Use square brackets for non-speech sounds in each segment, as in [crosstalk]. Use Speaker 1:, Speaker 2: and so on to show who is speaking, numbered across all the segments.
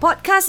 Speaker 1: Podcast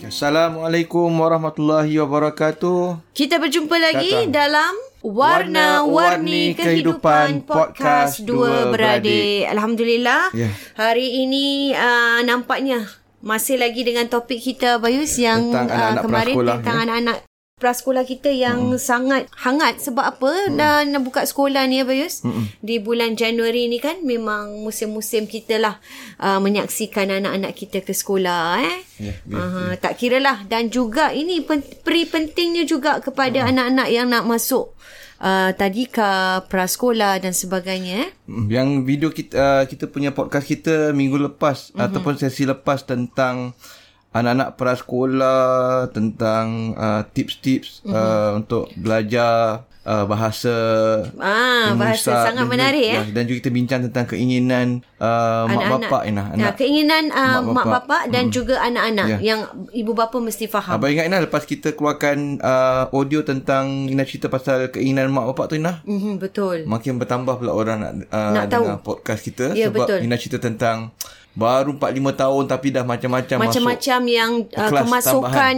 Speaker 2: Assalamualaikum warahmatullahi wabarakatuh.
Speaker 1: Kita berjumpa lagi
Speaker 2: Datang.
Speaker 1: dalam Warna-warni
Speaker 2: Warna-warni
Speaker 1: kehidupan
Speaker 2: Kehidupan
Speaker 1: podcast
Speaker 2: Podcast
Speaker 1: dua
Speaker 2: Dua
Speaker 1: beradik. Alhamdulillah.
Speaker 2: Ya.
Speaker 1: Hari ini uh, nampaknya masih lagi dengan topik kita Bayus yang
Speaker 2: Tentang
Speaker 1: ah,
Speaker 2: anak-anak
Speaker 1: kemarin
Speaker 2: prasekolah,
Speaker 1: tentang
Speaker 2: ya.
Speaker 1: anak-anak prasekolah kita yang hmm. sangat hangat sebab apa hmm. dan buka sekolah ni ya Bayus hmm. di bulan Januari ni kan memang musim-musim kita lah uh, menyaksikan anak-anak kita ke sekolah eh
Speaker 2: Ya, ya,
Speaker 1: Aha, tak kira lah dan juga ini pen, peri pentingnya juga kepada
Speaker 2: Hmm.
Speaker 1: anak-anak yang nak masuk uh, tadika prasekolah dan sebagainya eh
Speaker 2: Mm, Yang video kita uh, kita punya podcast kita minggu
Speaker 1: Mhm.
Speaker 2: lepas mm-hmm. ataupun sesi lepas tentang anak-anak prasekolah tentang uh, tips-tips
Speaker 1: Mhm.
Speaker 2: mm-hmm. uh, untuk belajar uh, bahasa
Speaker 1: ah bahasa
Speaker 2: Imsak
Speaker 1: sangat
Speaker 2: dan-
Speaker 1: menarik eh
Speaker 2: Dan juga kita bincang tentang keinginan uh, mak bapak Inah.
Speaker 1: Nah,
Speaker 2: Anak.
Speaker 1: keinginan uh,
Speaker 2: Mak
Speaker 1: mak
Speaker 2: bapak.
Speaker 1: bapak dan juga anak-anak
Speaker 2: Ya.
Speaker 1: yang ibu bapa mesti faham.
Speaker 2: Abang ingat Inah lepas kita keluarkan uh, audio tentang Inah cerita pasal keinginan mak bapak tu Inah?
Speaker 1: Mhm, betul.
Speaker 2: Makin bertambah pula orang nak, uh,
Speaker 1: Nak tahu.
Speaker 2: dengar podcast kita
Speaker 1: Ya,
Speaker 2: sebab
Speaker 1: betul.
Speaker 2: Inah cerita tentang baru 45 tahun tapi dah macam-macam masuk
Speaker 1: Macam-macam yang uh,
Speaker 2: kelas
Speaker 1: kemasukan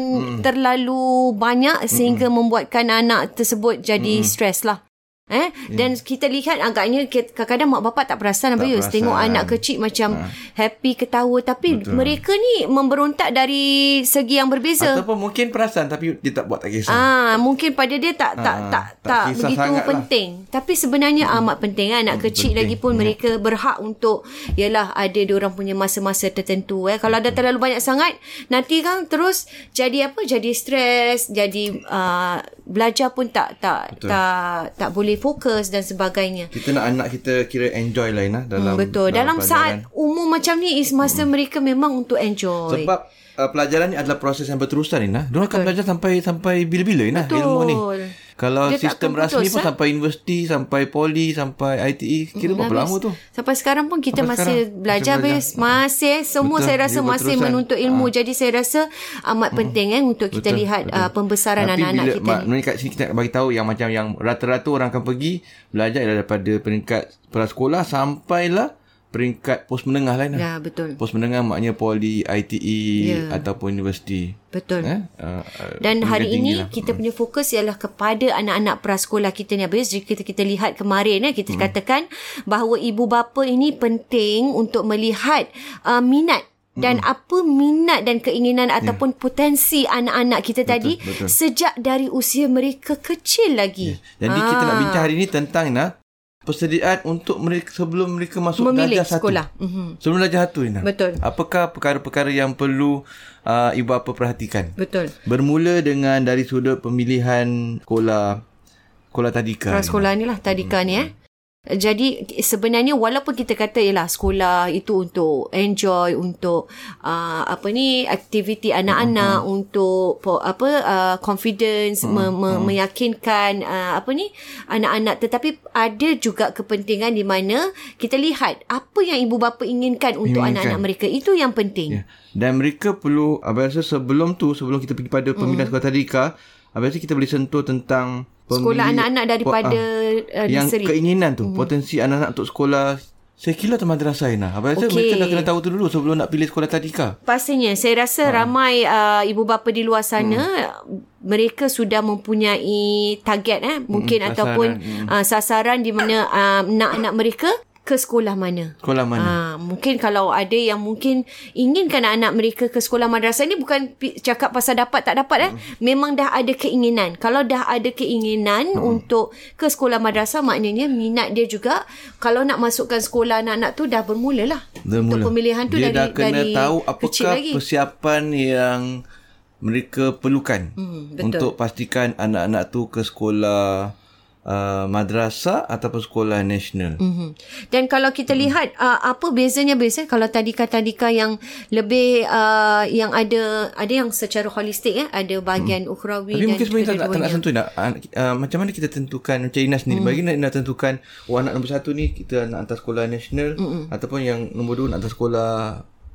Speaker 1: terlalu banyak sehingga membuatkan anak tersebut jadi stres lah. Eh? Dan kita lihat agaknya ke- kadang-kadang mak bapak tak perasan apa Yus.
Speaker 2: perasan.
Speaker 1: Tengok anak kecil macam happy ketawa tapi Betul. mereka ni memberontak dari segi yang berbeza.
Speaker 2: Ataupun mungkin perasan tapi dia tak buat tak kisah.
Speaker 1: Ah, mungkin pada dia tak tak
Speaker 2: Ah,
Speaker 1: tak
Speaker 2: tak
Speaker 1: tak
Speaker 2: kisah
Speaker 1: begitu
Speaker 2: sangat lah. Hmm.
Speaker 1: penting. Tapi sebenarnya amat penting kan anak kecil
Speaker 2: penting. Hmm.
Speaker 1: lagi pun mereka berhak untuk yalah ada dia orang punya masa-masa tertentu eh. Kalau dah
Speaker 2: Hmm.
Speaker 1: terlalu banyak sangat nanti kan terus jadi apa? Jadi stres, jadi uh, belajar pun tak tak Betul. tak tak boleh fokus dan sebagainya.
Speaker 2: Kita nak anak kita kira enjoy lah Inah dalam Hmm.
Speaker 1: Dalam, Hmm, Betul. Dalam,
Speaker 2: pelajaran.
Speaker 1: saat umur macam ni is masa mereka memang untuk enjoy.
Speaker 2: sebab uh, pelajaran ni adalah proses yang berterusan Inah. Diorang akan belajar sampai sampai bila-bila Inah ilmu ni.
Speaker 1: Betul.
Speaker 2: Kalau
Speaker 1: Dia
Speaker 2: dia
Speaker 1: tak
Speaker 2: sistem
Speaker 1: akan putus,
Speaker 2: rasmi
Speaker 1: eh?
Speaker 2: pun
Speaker 1: Hmm,
Speaker 2: sampai universiti, sampai poli, sampai ITE, kira berapa
Speaker 1: Habis.
Speaker 2: lama tu?
Speaker 1: Sampai sekarang pun kita
Speaker 2: Sampai
Speaker 1: masih
Speaker 2: sekarang,
Speaker 1: belajar,
Speaker 2: masih belajar.
Speaker 1: Bayus. Masih eh, semua
Speaker 2: Betul,
Speaker 1: saya rasa
Speaker 2: dia
Speaker 1: masih
Speaker 2: berterusan.
Speaker 1: menuntut ilmu. Jadi saya rasa amat penting eh untuk kita
Speaker 2: Hmm. Betul,
Speaker 1: lihat
Speaker 2: betul.
Speaker 1: Uh, pembesaran
Speaker 2: Tapi
Speaker 1: anak-anak
Speaker 2: bila,
Speaker 1: kita
Speaker 2: mak-
Speaker 1: ni.
Speaker 2: Sebenarnya kat sini kita nak bagi tahu yang macam yang rata-rata orang akan pergi belajar ialah daripada peringkat prasekolah sampailah peringkat pos menengah lain. lah.
Speaker 1: Ya, betul.
Speaker 2: Pos menengah maknanya poli, ITE
Speaker 1: Ya.
Speaker 2: E ataupun universiti.
Speaker 1: Betul.
Speaker 2: Eh? Uh, uh,
Speaker 1: Dan
Speaker 2: pendidikan
Speaker 1: hari
Speaker 2: tinggi
Speaker 1: ini
Speaker 2: lah.
Speaker 1: kita punya fokus ialah kepada anak-anak prasekolah kita ni Abis jika kita, kita lihat kemarin eh, kita hmm. katakan bahawa ibu bapa ini penting untuk melihat uh, minat dan hmm. apa minat dan keinginan ataupun yeah. potensi anak-anak kita betul, tadi
Speaker 2: Ya. betul. Ya.
Speaker 1: sejak dari usia mereka kecil lagi.
Speaker 2: Jadi kita nak
Speaker 1: Ah,
Speaker 2: bincang hari ini tentang Ina persediaan untuk mereka sebelum mereka masuk
Speaker 1: memilih
Speaker 2: darjah satu.
Speaker 1: sekolah. Mhm.
Speaker 2: Sebelum darjah satu Ina.
Speaker 1: Betul.
Speaker 2: Apakah perkara-perkara yang perlu uh, ibu bapa perhatikan?
Speaker 1: Betul.
Speaker 2: Bermula dengan dari sudut pemilihan sekolah sekolah tadika.
Speaker 1: Ah, Prasekolah ni lah tadika ni eh. Jadi sebenarnya walaupun kita kata ialah sekolah itu untuk enjoy untuk uh, apa ni aktiviti
Speaker 2: Mhm.
Speaker 1: anak-anak mm-hmm. untuk po- apa uh, confidence mm-hmm. me-
Speaker 2: Mhm.
Speaker 1: me- mm-hmm. meyakinkan uh, apa ni anak-anak tetapi ada juga kepentingan di mana kita lihat apa yang ibu bapa inginkan untuk
Speaker 2: Inginkan.
Speaker 1: anak-anak mereka itu yang penting.
Speaker 2: Ya. Dan mereka perlu Abang rasa sebelum tu Sebelum kita pergi pada Pembinaan Sekolah Tadika Abang rasa kita boleh sentuh
Speaker 1: Hmm.
Speaker 2: tentang Ah,
Speaker 1: Sekolah anak-anak daripada uh,
Speaker 2: Yang
Speaker 1: nursery. Hmm.
Speaker 2: keinginan tu mm-hmm. Potensi anak-anak untuk sekolah Saya kira atau madrasah Ina Abang rasa
Speaker 1: Okey.
Speaker 2: mereka dah kena tahu tu dulu Sebelum nak pilih sekolah tadika
Speaker 1: Pastinya saya rasa
Speaker 2: Ah.
Speaker 1: ramai uh, ibu bapa di luar sana
Speaker 2: Hmm.
Speaker 1: mereka sudah mempunyai target eh mungkin
Speaker 2: sasaran,
Speaker 1: ataupun
Speaker 2: hmm.
Speaker 1: uh, sasaran di mana uh, anak-anak mereka ke sekolah mana.
Speaker 2: Sekolah mana
Speaker 1: Ha, mungkin kalau ada yang mungkin inginkan anak mereka ke sekolah madrasah ni bukan pi- cakap pasal dapat tak dapat eh.
Speaker 2: Hmm.
Speaker 1: Memang dah ada keinginan. Kalau dah ada keinginan
Speaker 2: Hmm.
Speaker 1: untuk ke sekolah madrasah maknanya minat dia juga kalau nak masukkan sekolah anak-anak tu dah bermula lah.
Speaker 2: Dah
Speaker 1: Untuk
Speaker 2: mula.
Speaker 1: pemilihan tu
Speaker 2: Dia
Speaker 1: dari
Speaker 2: dah kena
Speaker 1: dari
Speaker 2: tahu
Speaker 1: kecil
Speaker 2: apakah
Speaker 1: lagi.
Speaker 2: persiapan yang mereka perlukan
Speaker 1: Hmm, betul.
Speaker 2: untuk pastikan anak-anak tu ke sekolah uh, madrasah ataupun sekolah nasional.
Speaker 1: Mm-hmm. Dan kalau kita
Speaker 2: Hmm.
Speaker 1: mm. lihat uh, apa bezanya biasanya kalau tadika-tadika yang lebih uh, yang ada ada yang secara holistik ya ada bahagian mm. ukrawi
Speaker 2: Hmm. Tapi
Speaker 1: dan
Speaker 2: mungkin sebenarnya tak, nak- tak nak
Speaker 1: kedua-duanya.
Speaker 2: sentuh nak uh, macam mana kita tentukan macam Ina sendiri
Speaker 1: Hmm.
Speaker 2: bagi Ina, Ina tentukan oh anak nombor satu ni kita nak hantar sekolah nasional ataupun yang nombor dua nak hantar sekolah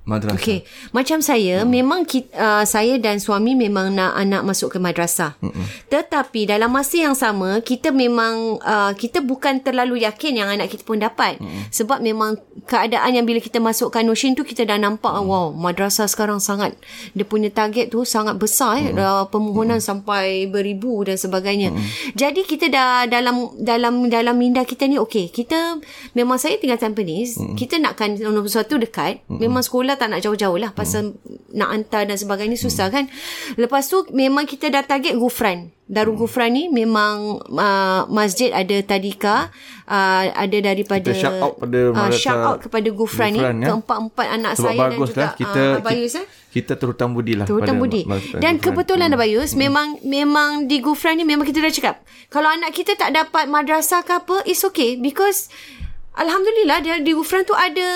Speaker 2: madrasah.
Speaker 1: Hmm. Okey, macam saya hmm. memang kita, uh, saya dan suami memang nak anak masuk ke madrasah. Hmm. Tetapi dalam masa yang sama kita memang uh, kita bukan terlalu yakin yang anak kita pun dapat. Hmm. Sebab memang keadaan yang bila kita masukkan Nushin tu kita dah nampak hmm. wow, madrasah sekarang sangat dia punya target tu sangat besar eh hmm. permohonan hmm. sampai beribu dan sebagainya. Hmm. Jadi kita dah dalam dalam dalam minda kita ni okey, kita memang saya tinggal Tampines, hmm. kita nakkan nombor satu dekat. Hmm. Memang sekolah tak nak jauh-jauh lah pasal
Speaker 2: Hmm.
Speaker 1: nak hantar dan sebagainya susah kan. Lepas tu memang kita dah target Gufran. Darul
Speaker 2: Hmm.
Speaker 1: Gufran ni memang uh, masjid ada tadika, uh, ada daripada
Speaker 2: Kita shout out pada
Speaker 1: uh,
Speaker 2: Madrasah
Speaker 1: shout out kepada Gufran,
Speaker 2: Gufran,
Speaker 1: ni
Speaker 2: ya.
Speaker 1: keempat-empat anak
Speaker 2: Sebab
Speaker 1: saya dan juga
Speaker 2: baguslah kita,
Speaker 1: uh, Abayus
Speaker 2: kita
Speaker 1: eh.
Speaker 2: kita terhutang budilah
Speaker 1: Terhutang
Speaker 2: pada
Speaker 1: budi.
Speaker 2: ma- ma-
Speaker 1: Dan
Speaker 2: Gufran. Hmm.
Speaker 1: kebetulan Abayus, memang memang di Gufran ni memang kita dah cakap, kalau anak kita tak dapat madrasah ke apa, it's okay because alhamdulillah dia di Gufran tu ada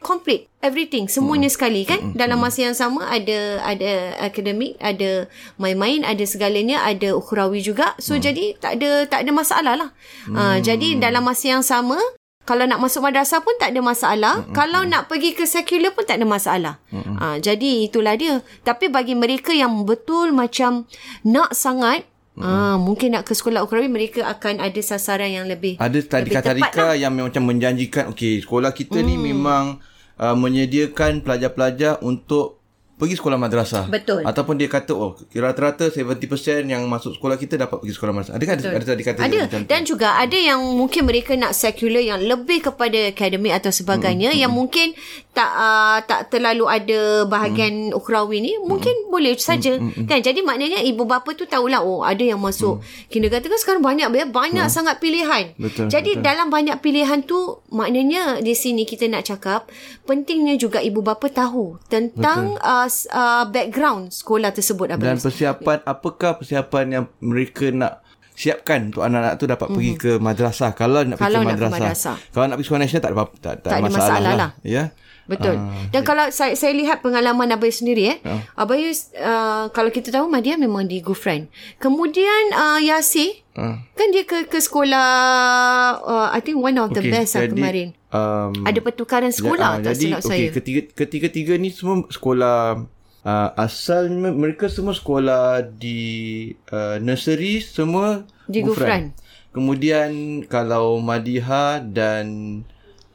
Speaker 1: complete everything semuanya
Speaker 2: Hmm.
Speaker 1: sekali kan dalam masa yang sama ada ada akademik ada main-main ada segalanya ada ukrawi juga so
Speaker 2: Hmm.
Speaker 1: jadi tak ada tak ada masalah lah Ah, jadi dalam masa yang sama kalau nak masuk madrasah pun tak ada masalah. Mm-hmm. Kalau nak pergi ke sekular pun tak ada masalah. Mm-hmm. Ha, jadi itulah dia. Tapi bagi mereka yang betul macam nak sangat, mm-hmm. ha, mungkin nak ke sekolah ukrawi, mereka akan ada sasaran yang lebih lebih tepat
Speaker 2: Ada
Speaker 1: lah. Hmm.
Speaker 2: tadika-tadika yang memang macam menjanjikan okey sekolah kita ni memang uh, menyediakan pelajar-pelajar untuk pergi sekolah madrasah.
Speaker 1: Betul.
Speaker 2: Ataupun dia kata oh rata-rata 70% yang masuk sekolah kita dapat pergi sekolah madrasah. Ada kan ada tadika-tadika
Speaker 1: ada
Speaker 2: macam tu?
Speaker 1: dan juga ada yang mungkin mereka nak sekular yang lebih kepada akademik atau
Speaker 2: Hmm,
Speaker 1: sebagainya yang mungkin tak uh, tak terlalu ada bahagian
Speaker 2: Hmm.
Speaker 1: ukrawi ni mungkin boleh saja kan jadi maknanya ibu bapa tu tahulah oh ada yang masuk kindergarten kan sekarang banyak ya banyak sangat pilihan
Speaker 2: Hmm. Betul,
Speaker 1: jadi
Speaker 2: betul.
Speaker 1: dalam banyak pilihan tu maknanya di sini kita nak cakap pentingnya juga ibu bapa tahu tentang uh, s- uh, background sekolah tersebut
Speaker 2: Dan
Speaker 1: Abang.
Speaker 2: persiapan apakah persiapan yang mereka nak siapkan untuk anak-anak tu dapat pergi ke madrasah kalau
Speaker 1: Mhm.
Speaker 2: nak
Speaker 1: Kalau
Speaker 2: pergi
Speaker 1: nak
Speaker 2: ke
Speaker 1: ke
Speaker 2: madrasah.
Speaker 1: madrasah.
Speaker 2: Kalau nak pergi sekolah nasional tak ada apa- tak, tak,
Speaker 1: Tak ada
Speaker 2: masalah,
Speaker 1: masalah lah.
Speaker 2: lah. Ya.
Speaker 1: Betul. Uh, Dan kalau saya saya lihat pengalaman Abayus sendiri eh.
Speaker 2: Ah.
Speaker 1: Uh. Abayus uh, kalau kita tahu Madia memang di Gufran. Kemudian uh, Yasir uh.
Speaker 2: Ah.
Speaker 1: kan dia ke ke sekolah uh, I think one of the
Speaker 2: Okey,
Speaker 1: okay, best lah
Speaker 2: jadi,
Speaker 1: kemarin.
Speaker 2: Um,
Speaker 1: Ada pertukaran sekolah
Speaker 2: ah,
Speaker 1: tak
Speaker 2: jadi,
Speaker 1: silap saya.
Speaker 2: Ketiga, ketiga-tiga ni semua sekolah uh, asal me- mereka semua sekolah di uh, nursery semua
Speaker 1: Di Gufran.
Speaker 2: Kemudian kalau Madiha dan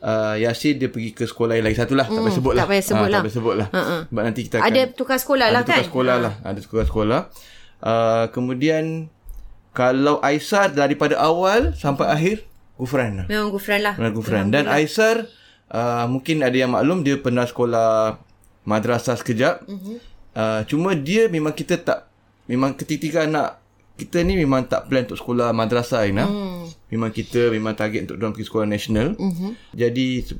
Speaker 2: uh, Yasir dia pergi ke sekolah yang lagi satu lah. tak payah sebut lah.
Speaker 1: tak payah sebut
Speaker 2: Ah,
Speaker 1: lah.
Speaker 2: Tak payah sebut lah.
Speaker 1: Ha-ha.
Speaker 2: Sebab nanti kita akan
Speaker 1: Ada tukar sekolah lah
Speaker 2: ada tukar
Speaker 1: kan?
Speaker 2: sekolah lah. Ada tukar sekolah. Uh, kemudian kalau Aisyah daripada awal sampai akhir Gufran lah.
Speaker 1: Memang Gufran lah.
Speaker 2: Dengan Gufran. Dan Aisar, uh, mungkin ada yang maklum, dia pernah sekolah madrasah sekejap.
Speaker 1: Mhm.
Speaker 2: Mm-hmm. Uh, cuma dia memang kita tak, memang ketika anak kita ni memang tak plan untuk sekolah madrasah, Aina. Mm.
Speaker 1: Hmm.
Speaker 2: Memang kita memang target untuk diorang pergi sekolah nasional.
Speaker 1: Mhm.
Speaker 2: Mm-hmm. Jadi, se-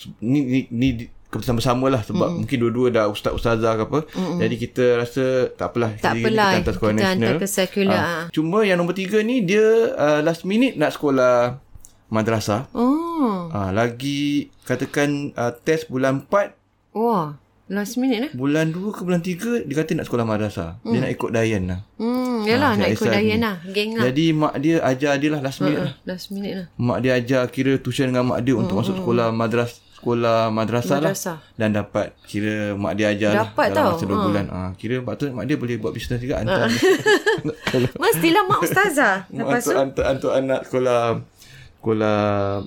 Speaker 2: se- ni, ni, ni di- keputusan bersama lah
Speaker 1: Mhm.
Speaker 2: sebab mm-hmm. mungkin dua-dua dah ustaz-ustazah ke apa mm-hmm. jadi kita rasa tak apalah
Speaker 1: Tak
Speaker 2: Jadi
Speaker 1: apalah,
Speaker 2: kita hantar sekolah
Speaker 1: kita hantar
Speaker 2: nasional
Speaker 1: ke sekular,
Speaker 2: Ah.
Speaker 1: ah.
Speaker 2: Cuma yang nombor tiga ni dia uh, last minute nak sekolah madrasah.
Speaker 1: Oh.
Speaker 2: Ah, lagi katakan ah, test bulan 4,
Speaker 1: Wah. Last minute lah.
Speaker 2: bulan 2 ke bulan 3 dia kata nak sekolah madrasah. Dia nak ikut Dayan lah.
Speaker 1: Hmm, yalah
Speaker 2: Ah,
Speaker 1: nak
Speaker 2: Cik
Speaker 1: ikut
Speaker 2: Aisyah ni.
Speaker 1: Dayan lah. Geng lah.
Speaker 2: Jadi mak dia ajar dia lah last minute lah.
Speaker 1: Ah, Last minute
Speaker 2: [laughs]
Speaker 1: lah.
Speaker 2: Mak dia ajar kira tuition dengan mak dia untuk masuk sekolah madras sekolah madrasah,
Speaker 1: Hmm, Madrasah.
Speaker 2: lah dan dapat kira mak dia ajar
Speaker 1: Dapat tau. Hmm. Ah.
Speaker 2: lah dalam masa 2 ha. bulan. Ah ha, kira patut mak dia boleh buat bisnes juga hantar
Speaker 1: Mestilah mak ustazah. Lepas tu.
Speaker 2: hantar, hantar, hantar anak sekolah sekolah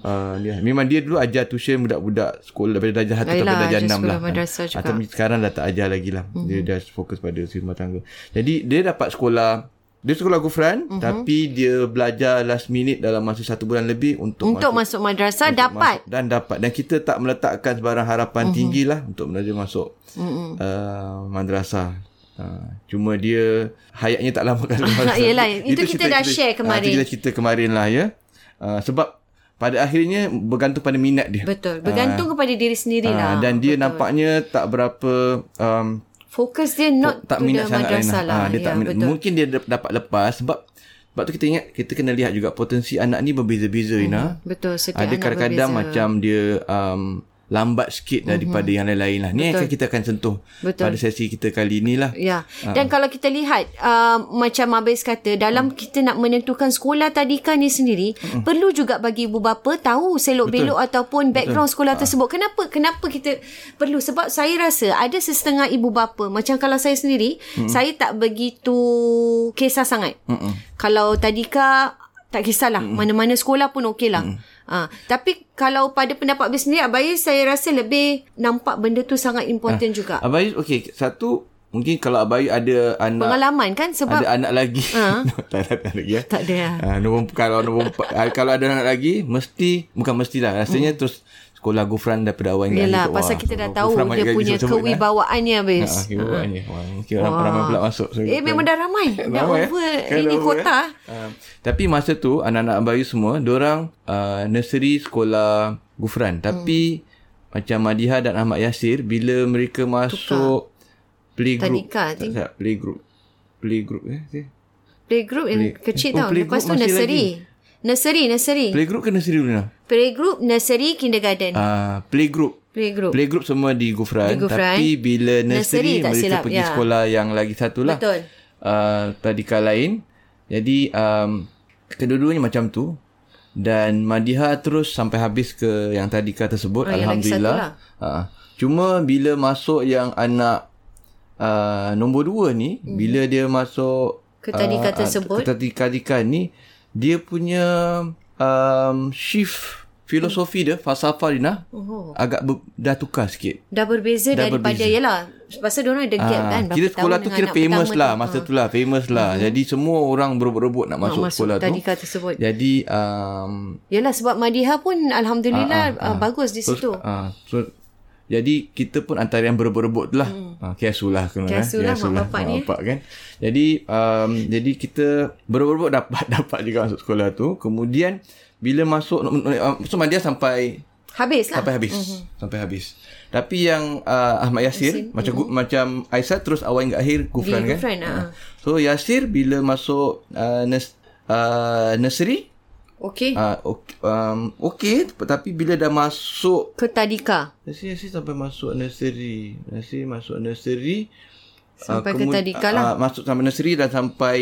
Speaker 2: uh, dia. memang dia dulu ajar tuition budak-budak sekolah daripada darjah 1 sampai
Speaker 1: Ayolah,
Speaker 2: darjah
Speaker 1: ajar
Speaker 2: 6 lah.
Speaker 1: sekolah madrasah juga. Mhm.
Speaker 2: Atau sekarang dah tak ajar lagi lah. Dia dah fokus pada rumah tangga. Jadi dia dapat sekolah dia sekolah Gufran
Speaker 1: Mhm.
Speaker 2: mm-hmm. tapi dia belajar last minute dalam masa satu bulan lebih untuk
Speaker 1: Untuk masuk madrasah dapat.
Speaker 2: Masuk, dan dapat dan kita tak meletakkan sebarang harapan
Speaker 1: Mhm.
Speaker 2: mm-hmm. tinggi lah untuk menuju masuk mm-hmm. uh, madrasah uh, cuma dia hayatnya tak lama
Speaker 1: [laughs]
Speaker 2: kalau madrasah
Speaker 1: Yelah, itu kita dah share kemarin.
Speaker 2: uh, itu kita cerita kemarin lah ya uh, sebab pada akhirnya bergantung pada minat dia
Speaker 1: Betul. Bergantung kepada diri sendiri
Speaker 2: Ah,
Speaker 1: lah.
Speaker 2: dan dia nampaknya tak berapa um,
Speaker 1: Fokus dia not to
Speaker 2: tak minat
Speaker 1: the
Speaker 2: sangat
Speaker 1: madrasah
Speaker 2: Aina.
Speaker 1: lah.
Speaker 2: Ah, dia tak
Speaker 1: Ya,
Speaker 2: minat.
Speaker 1: betul.
Speaker 2: Mungkin dia dap- dapat lepas sebab sebab tu kita ingat kita kena lihat juga potensi anak ni berbeza-beza Ina.
Speaker 1: Betul. Setiap
Speaker 2: Ada
Speaker 1: anak
Speaker 2: kadang-kadang
Speaker 1: berbeza.
Speaker 2: macam dia um, lambat sikit daripada yang lain-lain lah. Ni akan kita akan sentuh
Speaker 1: Mhm. Betul.
Speaker 2: pada sesi kita kali ni lah.
Speaker 1: Ya. Dan kalau kita lihat uh, macam Abis kata dalam kita nak menentukan sekolah tadika ni sendiri perlu juga bagi ibu bapa tahu selok-belok ataupun background sekolah tersebut. Kenapa kenapa kita perlu sebab saya rasa ada sesetengah ibu bapa macam kalau saya sendiri saya tak begitu kisah sangat. Kalau tadika tak kisahlah mana-mana sekolah pun okey lah. Ha, tapi kalau pada pendapat Abis sendiri Abayis saya rasa lebih nampak benda tu sangat important juga.
Speaker 2: Abayu, okey. Satu, mungkin kalau Abayu ada anak
Speaker 1: Pengalaman kan sebab
Speaker 2: ada anak lagi. [laughs] Uh. tak ada anak lagi ya.
Speaker 1: Tak ada lah.
Speaker 2: Ah, nombor, kalau nombor empat, ah, kalau ada anak lagi mesti bukan mestilah rasanya terus sekolah Gufran daripada awal hingga
Speaker 1: Hmm. Yelah
Speaker 2: akhir tu,
Speaker 1: pasal
Speaker 2: wah,
Speaker 1: kita dah
Speaker 2: Gufran
Speaker 1: tahu
Speaker 2: banyak
Speaker 1: dia
Speaker 2: gaji
Speaker 1: punya
Speaker 2: sebut-sebut lah.
Speaker 1: kewibawaannya habis.
Speaker 2: Ah, kewibawaannya. Wah, mungkin orang ramai pula masuk. So,
Speaker 1: eh memang dah ramai. dah
Speaker 2: Ramai, eh?
Speaker 1: over
Speaker 2: Kan
Speaker 1: ini
Speaker 2: dah over,
Speaker 1: kota.
Speaker 2: eh? Ah, tapi masa tu anak-anak bayu semua, diorang uh, nursery sekolah Gufran.
Speaker 1: Hmm.
Speaker 2: Tapi macam Madiha dan Ahmad Yasir bila mereka masuk playgroup.
Speaker 1: Tadika, I
Speaker 2: tak
Speaker 1: think.
Speaker 2: tak playgroup. Playgroup eh. eh?
Speaker 1: Playgroup yang kecil
Speaker 2: Oh,
Speaker 1: tau.
Speaker 2: playgroup
Speaker 1: Lepas tu
Speaker 2: masih
Speaker 1: nursery. Nursery, nursery.
Speaker 2: Playgroup ke nursery dulu Nah?
Speaker 1: Playgroup, nursery, kindergarten.
Speaker 2: Ah, playgroup.
Speaker 1: Playgroup.
Speaker 2: Playgroup semua di Gufran,
Speaker 1: Hmm. Di Gufran.
Speaker 2: tapi bila nursery,
Speaker 1: Nursery, tak
Speaker 2: mereka
Speaker 1: silap,
Speaker 2: pergi
Speaker 1: ya.
Speaker 2: sekolah yang lagi satu lah.
Speaker 1: Betul.
Speaker 2: Uh, tadika lain. Jadi um, kedua-duanya macam tu dan Madiha terus sampai habis ke yang tadika tersebut
Speaker 1: Ah, yang lagi
Speaker 2: alhamdulillah. Uh, cuma bila masuk yang anak uh, nombor dua ni bila dia masuk
Speaker 1: Hmm. Ke tadika
Speaker 2: ah,
Speaker 1: tersebut.
Speaker 2: ke tadika-tadika ni dia punya um, shift filosofi dia falsafah dia nah
Speaker 1: Oh.
Speaker 2: agak ber, dah tukar sikit.
Speaker 1: Dah berbeza
Speaker 2: Dah
Speaker 1: daripada
Speaker 2: berbeza.
Speaker 1: yelah. Pasal diorang ada gap
Speaker 2: Ah,
Speaker 1: kan.
Speaker 2: kira
Speaker 1: berapa
Speaker 2: sekolah
Speaker 1: tahun
Speaker 2: tu
Speaker 1: dengan
Speaker 2: kira
Speaker 1: anak
Speaker 2: famous
Speaker 1: pertama tu.
Speaker 2: lah
Speaker 1: Hmm. Ah,
Speaker 2: masa tu lah famous lah. Jadi semua orang berebut-rebut nak masuk,
Speaker 1: masuk
Speaker 2: sekolah
Speaker 1: tadika
Speaker 2: tu.
Speaker 1: tersebut.
Speaker 2: Jadi um,
Speaker 1: Yelah sebab Madiha pun Alhamdulillah ah, bagus di situ.
Speaker 2: ah, so, jadi kita pun antara yang berebut-rebut tu lah. Hmm. Ah, kiasu lah. kena, eh.
Speaker 1: Kiasu lah, mak bapak ni, eh.
Speaker 2: bapak kan. Jadi um, jadi kita berebut-rebut dapat [laughs] dapat juga masuk sekolah tu. Kemudian bila masuk so dia sampai
Speaker 1: Habis lah.
Speaker 2: sampai habis mm-hmm. sampai habis tapi yang uh, Ahmad Yasir macam mm-hmm. macam Aisyah terus awal hingga akhir Gufran
Speaker 1: Mhm. Di
Speaker 2: kan
Speaker 1: Gufran, ah.
Speaker 2: so Yasir bila masuk uh, nurs- uh, nursery
Speaker 1: Okey.
Speaker 2: uh, okay, um, okay tapi bila dah masuk
Speaker 1: Ke Tadika.
Speaker 2: Nursery Yasir sampai masuk nursery Yasir masuk nursery ah,
Speaker 1: Sampai ke
Speaker 2: kemud-
Speaker 1: tadika lah.
Speaker 2: ah, masuk sampai nursery dan sampai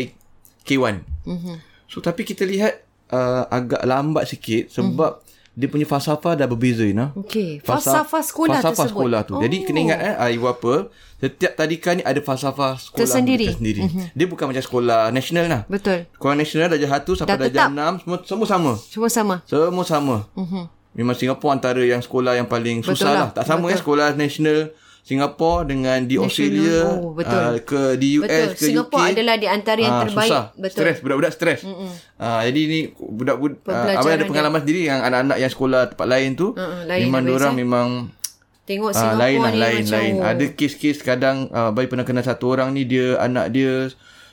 Speaker 2: K1
Speaker 1: Mhm.
Speaker 2: mm-hmm. so tapi kita lihat uh, agak lambat sikit sebab mm-hmm. dia punya falsafah dah berbeza Ina
Speaker 1: Mhm. Okey.
Speaker 2: Falsaf-
Speaker 1: Falsafah sekolah
Speaker 2: falsafah
Speaker 1: tersebut.
Speaker 2: sekolah tu. Oh. Jadi kena ingat eh ah, ibu apa, setiap tadika ni ada falsafah sekolah
Speaker 1: Tersendiri. Mhm.
Speaker 2: mereka sendiri. Mm-hmm. Dia bukan macam sekolah nasional lah.
Speaker 1: Betul.
Speaker 2: Sekolah nasional darjah 1 sampai
Speaker 1: Dah
Speaker 2: darjah
Speaker 1: tetap.
Speaker 2: 6 semua semua sama.
Speaker 1: Semua sama.
Speaker 2: Semua sama. Mm-hmm. Memang Singapura antara yang sekolah yang paling betul susah lah.
Speaker 1: Mhm. lah.
Speaker 2: Tak sama eh sekolah nasional Singapura dengan di Australia
Speaker 1: oh, betul.
Speaker 2: ah, ke di US
Speaker 1: Betul.
Speaker 2: ke
Speaker 1: Singapura
Speaker 2: UK.
Speaker 1: adalah di antara yang
Speaker 2: Ah,
Speaker 1: terbaik.
Speaker 2: Susah.
Speaker 1: Betul.
Speaker 2: Stres budak-budak stres. Ah jadi ni budak-budak ah,
Speaker 1: Pembelajaran
Speaker 2: abang ada
Speaker 1: dia.
Speaker 2: pengalaman sendiri yang anak-anak yang sekolah tempat lain tu
Speaker 1: Mm-mm, lain
Speaker 2: memang
Speaker 1: habis,
Speaker 2: orang
Speaker 1: eh.
Speaker 2: memang
Speaker 1: Tengok
Speaker 2: Ah,
Speaker 1: Singapura
Speaker 2: lain lah,
Speaker 1: ni
Speaker 2: lain,
Speaker 1: macam
Speaker 2: lain.
Speaker 1: oh,
Speaker 2: Ada kes-kes kadang uh, Bayi pernah kenal satu orang ni Dia anak dia